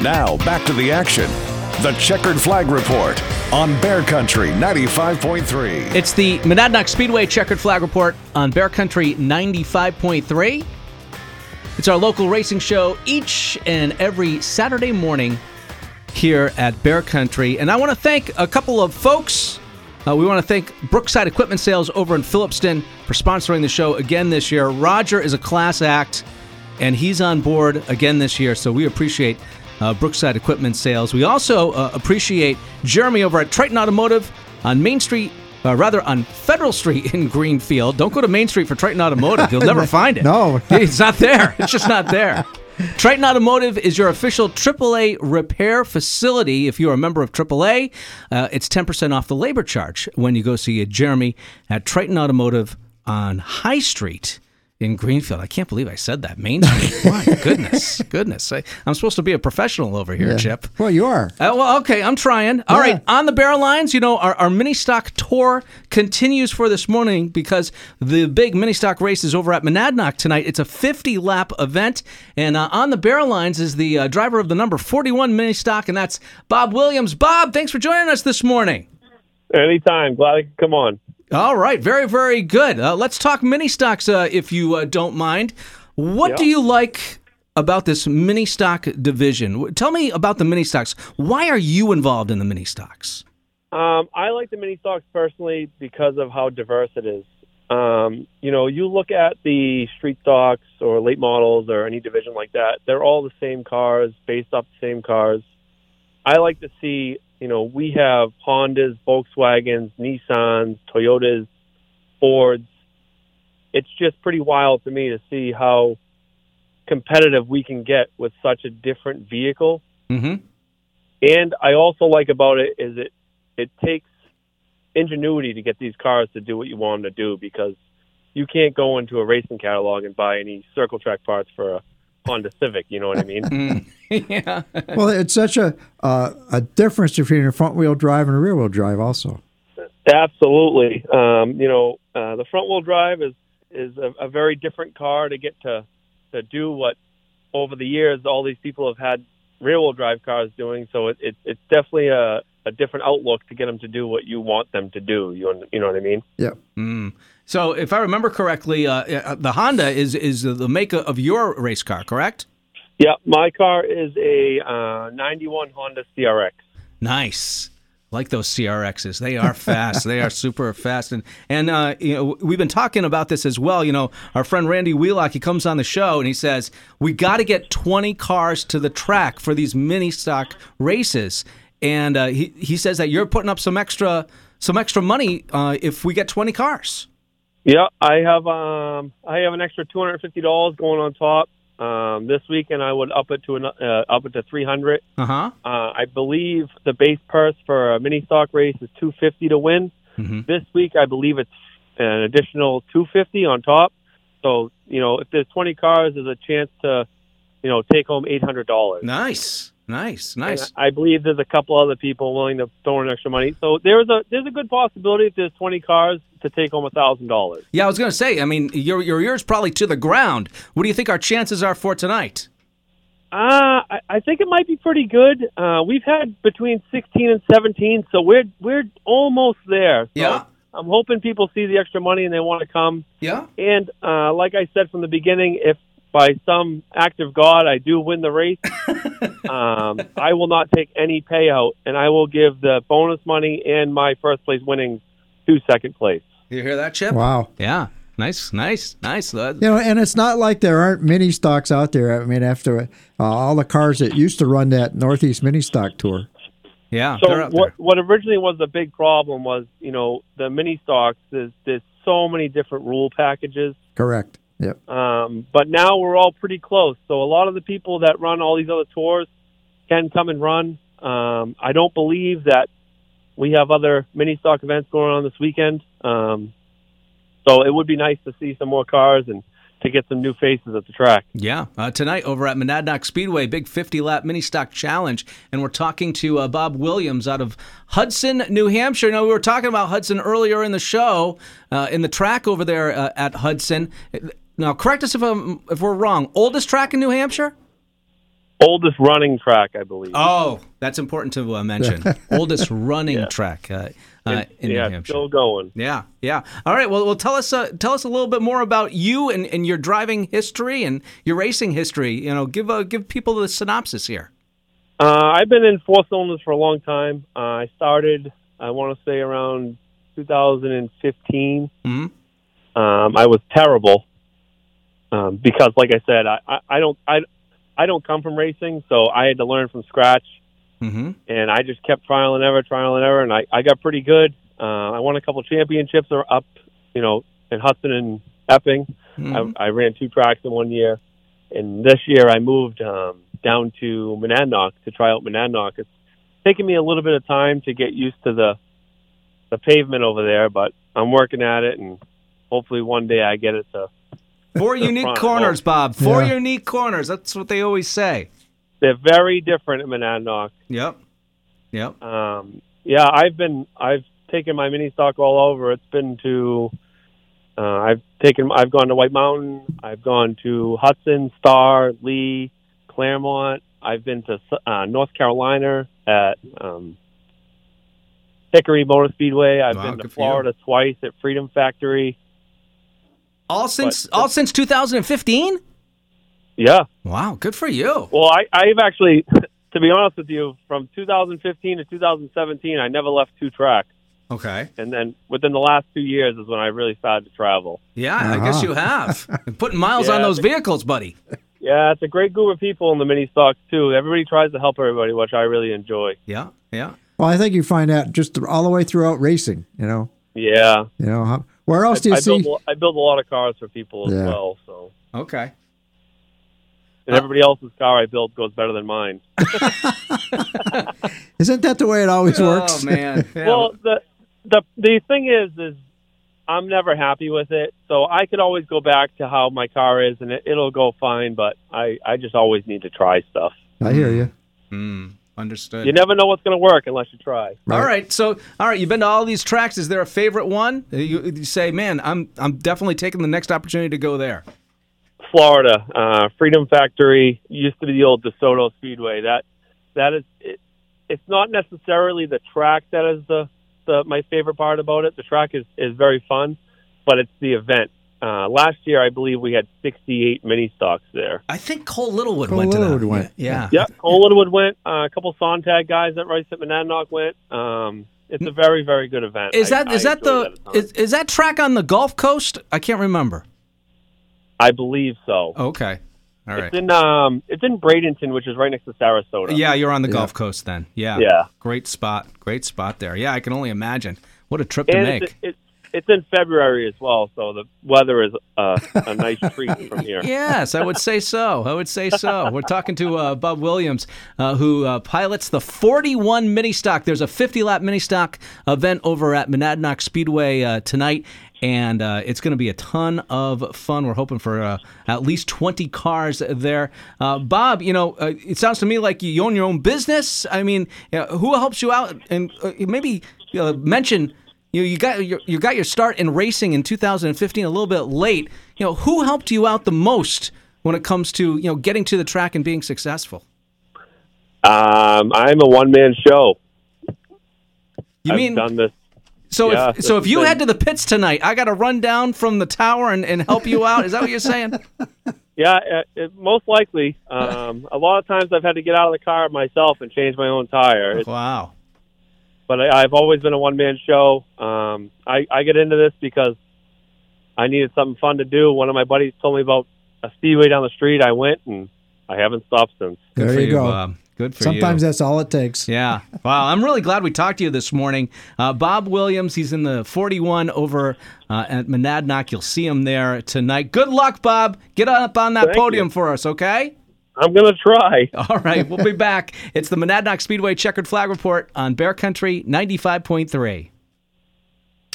Now, back to the action. The Checkered Flag Report on Bear Country 95.3. It's the Monadnock Speedway Checkered Flag Report on Bear Country 95.3. It's our local racing show each and every Saturday morning here at Bear Country. And I want to thank a couple of folks. Uh, we want to thank Brookside Equipment Sales over in Phillipston for sponsoring the show again this year. Roger is a class act, and he's on board again this year. So we appreciate uh, Brookside Equipment Sales. We also uh, appreciate Jeremy over at Triton Automotive on Main Street. Uh, rather on Federal Street in Greenfield. Don't go to Main Street for Triton Automotive. You'll never find it. No. it's not there. It's just not there. Triton Automotive is your official AAA repair facility. If you're a member of AAA, uh, it's 10% off the labor charge when you go see Jeremy at Triton Automotive on High Street in Greenfield. I can't believe I said that. Main Street. My goodness. Goodness. I, I'm supposed to be a professional over here, Chip. Well, you are. Uh, well, okay, I'm trying. All right, Yeah. on the barrel lines, you know, our, our mini stock tour continues for this morning because the big mini stock race is over at Monadnock tonight. It's a 50 lap event, and uh, on the barrel lines is the uh, driver of the number 41 mini stock, and that's Bob Williams. Bob, thanks for joining us this morning. Anytime. Glad I could come on. All right, very, very good. Uh, let's talk mini stocks uh, if you uh, don't mind. What do you like about this mini stock division? W- Tell me about the mini stocks. Why are you involved in the mini stocks? Um, I like the mini stocks personally because of how diverse it is. Um, you know, you look at the street stocks or late models or any division like that, they're all the same cars, based off the same cars. I like to see, you know, we have Hondas, Volkswagens, Nissans, Toyotas, Fords. It's just pretty wild to me to see how competitive we can get with such a different vehicle. hmm And I also like about it is it it takes ingenuity to get these cars to do what you want them to do because you can't go into a racing catalog and buy any circle track parts for a Honda Civic. You know what I mean? yeah. Well, it's such a uh, a difference between a front wheel drive and a rear wheel drive, also. Absolutely. Um, you know, uh, the front wheel drive is is a, a very different car to get to to do what over the years all these people have had rear wheel drive cars doing. So it, it, it's definitely a, a different outlook to get them to do what you want them to do. You un- you know what I mean? Yep. So, if I remember correctly, uh, uh, the Honda is is the make of your race car, correct? Yeah, my car is a uh, 91 Honda CRX. Nice. Like those CRXs, they are fast. they are super fast, and and uh, you know we've been talking about this as well. You know, our friend Randy Wheelock, he comes on the show and he says we got to get 20 cars to the track for these mini stock races, and uh, he he says that you're putting up some extra some extra money uh, if we get 20 cars. Yeah, I have um I have an extra $250 going on top. Um, this weekend I would up it to an, uh, up it to 300. Uh huh. Uh, I believe the base purse for a mini stock race is 250 to win. This week I believe it's an additional 250 on top. So, you know, if there's 20 cars, there's a chance to, you know, take home $800. Nice, nice, And nice. I believe there's a couple other people willing to throw in extra money. So there's a there's a good possibility if there's 20 cars to take home a thousand dollars. Yeah, I was going to say. I mean, your your ears probably to the ground. What do you think our chances are for tonight? Uh, I, I think it might be pretty good. Uh, we've had between 16 and 17, so we're we're almost there. So Yeah. I'm hoping people see the extra money and they want to come. Yeah. And uh, like I said from the beginning, if by some act of God I do win the race, um, I will not take any payout, and I will give the bonus money and my first place winnings to second place. You hear that, Chip? Wow. Yeah. Nice, nice, nice. Uh, You know, and it's not like there aren't mini stocks out there. I mean, after uh, all the cars that used to run that Northeast mini stock tour. yeah. So they're out what there. what originally was the big problem was you know the mini stocks. There's there's so many different rule packages, Correct. Yep. um, but now we're all pretty close. So a lot of the people that run all these other tours can come and run. Um, I don't believe that we have other mini stock events going on this weekend. Um, so it would be nice to see some more cars and to get some new faces at the track. Yeah. Uh, tonight over at Monadnock Speedway, big 50 lap mini stock challenge. And we're talking to uh, Bob Williams out of Hudson, New Hampshire. Now, we were talking about Hudson earlier in the show, uh, in the track over there uh, at Hudson. Now, correct us if, I'm, if we're wrong. Oldest track in New Hampshire? oldest running track, I believe. Oh, that's important to uh, mention. Oldest running track uh, uh, in yeah, New Hampshire. still going. yeah, yeah. All right. Well, well, tell us uh, tell us a little bit more about you and, and your driving history and your racing history. You know, give uh, give people the synopsis here. Uh, I've been in four cylinders for a long time. Uh, I started, I want to say, around 2015. Mhm. Um, I was terrible um, because, like I said, I, I, I don't I, I don't come from racing, so I had to learn from scratch. Mm-hmm. and I just kept trial and error, trial and error, and I, I got pretty good. Uh, I won a couple championships or up, you know, in Hudson and Epping. I, I ran two tracks in one year, and this year I moved um, down to Monadnock to try out Monadnock. It's taken me a little bit of time to get used to the the pavement over there, but I'm working at it, and hopefully one day I get it to. Four unique front, corners, Bob. Four Yeah. unique corners. That's what they always say. They're very different in Monadnock. Yep. Yep. um, yeah, I've been I've taken my mini stock all over. It's been to uh, I've taken I've gone to White Mountain, I've gone to Hudson, Star, Lee, Claremont. I've been to uh, North Carolina at um, Hickory Motor Speedway. I've Wow, been to good for you. Florida twice at Freedom Factory. All since all since 2015. Yeah, Wow. Good for you. well, I, I've actually, to be honest with you, from 2015 to 2017, I never left two tracks. Okay. and then within the last two years is when I really started to travel. Yeah, I guess Uh-huh. you have. You're Putting miles on Yeah. those vehicles, buddy. Yeah, it's a great group of people in the mini stocks too. Everybody tries to help everybody, which I really enjoy. Yeah, yeah. Well, I think you find that just all the way throughout racing. You know, Yeah, you know. How, where else do Oh, you I see? build a- I build a lot of cars for people as Yeah. Uh, well. So, Okay. and everybody else's car I build goes better than mine. Isn't that the way it always works? Oh man. Yeah. Well, the the the thing is, is I'm never happy with it. So I could always go back to how my car is, and it, it'll go fine. But I I just always need to try stuff. I hear you. Mm, understood. You never know what's going to work unless you try. All right. So, all right, you've been to all these tracks. Is there a favorite one? Uh, You, you say, man, I'm I'm definitely taking the next opportunity to go there. Florida, uh, Freedom Factory used to be the old DeSoto Speedway. That that is it, it's not necessarily the track that is the, the my favorite part about it. The track is is very fun, but it's the event. Uh, last year, I believe we had 68 mini stocks there. I think Cole Littlewood Cole went to that. Littlewood went. Yeah. Yeah, Cole Littlewood went. Uh, a couple Sontag guys that race at Monadnock went. Um, it's a very very good event. Is I- that is I that the enjoyed a ton. is, is that track on the Gulf Coast? I can't remember. I believe so. Okay. Oh, All right. It's in um, it's in Bradenton, which is right next to Sarasota. Yeah, you're on the Gulf Coast then. Yeah. Yeah. Great spot. Great spot there. Yeah, I can only imagine. What a trip to and make. It's, it's, it's in February as well, so the weather is uh, a nice treat from here. Yes, I would say so. I would say so. We're talking to uh, Bob Williams, uh, who uh, pilots the 41 mini stock. There's a 50 lap mini stock event over at Monadnock Speedway uh, tonight, and uh, it's going to be a ton of fun. We're hoping for uh, at least 20 cars there. Uh, Bob, you know, uh, it sounds to me like you own your own business. I mean, you know, who helps you out? And uh, maybe uh, mention you know, you got your, you got your start in racing in 2015, a little bit late. You know, who helped you out the most when it comes to you know getting to the track and being successful? Um, I'm a one man show. You I've mean done this. so? yeah, if, so if it's you been- head to the pits tonight, I got to run down from the tower and, and help you out. Is that what you're saying? Yeah, it, it, most likely. Um, a lot of times I've had to get out of the car myself and change my own tire. It's- Wow. but I, I've always been a one man show. Um, I, I get into this because I needed something fun to do. One of my buddies told me about a speedway down the street. I went and I haven't stopped since. There for you go. Bob. Good for you. Sometimes that's all it takes. Yeah. Wow. I'm really glad we talked to you this morning. Uh, Bob Williams, he's in the 41 over uh, at Monadnock. You'll see him there tonight. Good luck, Bob. Get up on that Thank podium you. for us, okay? I'm going to try. All right. We'll be back. It's the Monadnock Speedway Checkered Flag Report on Bear Country 95.3.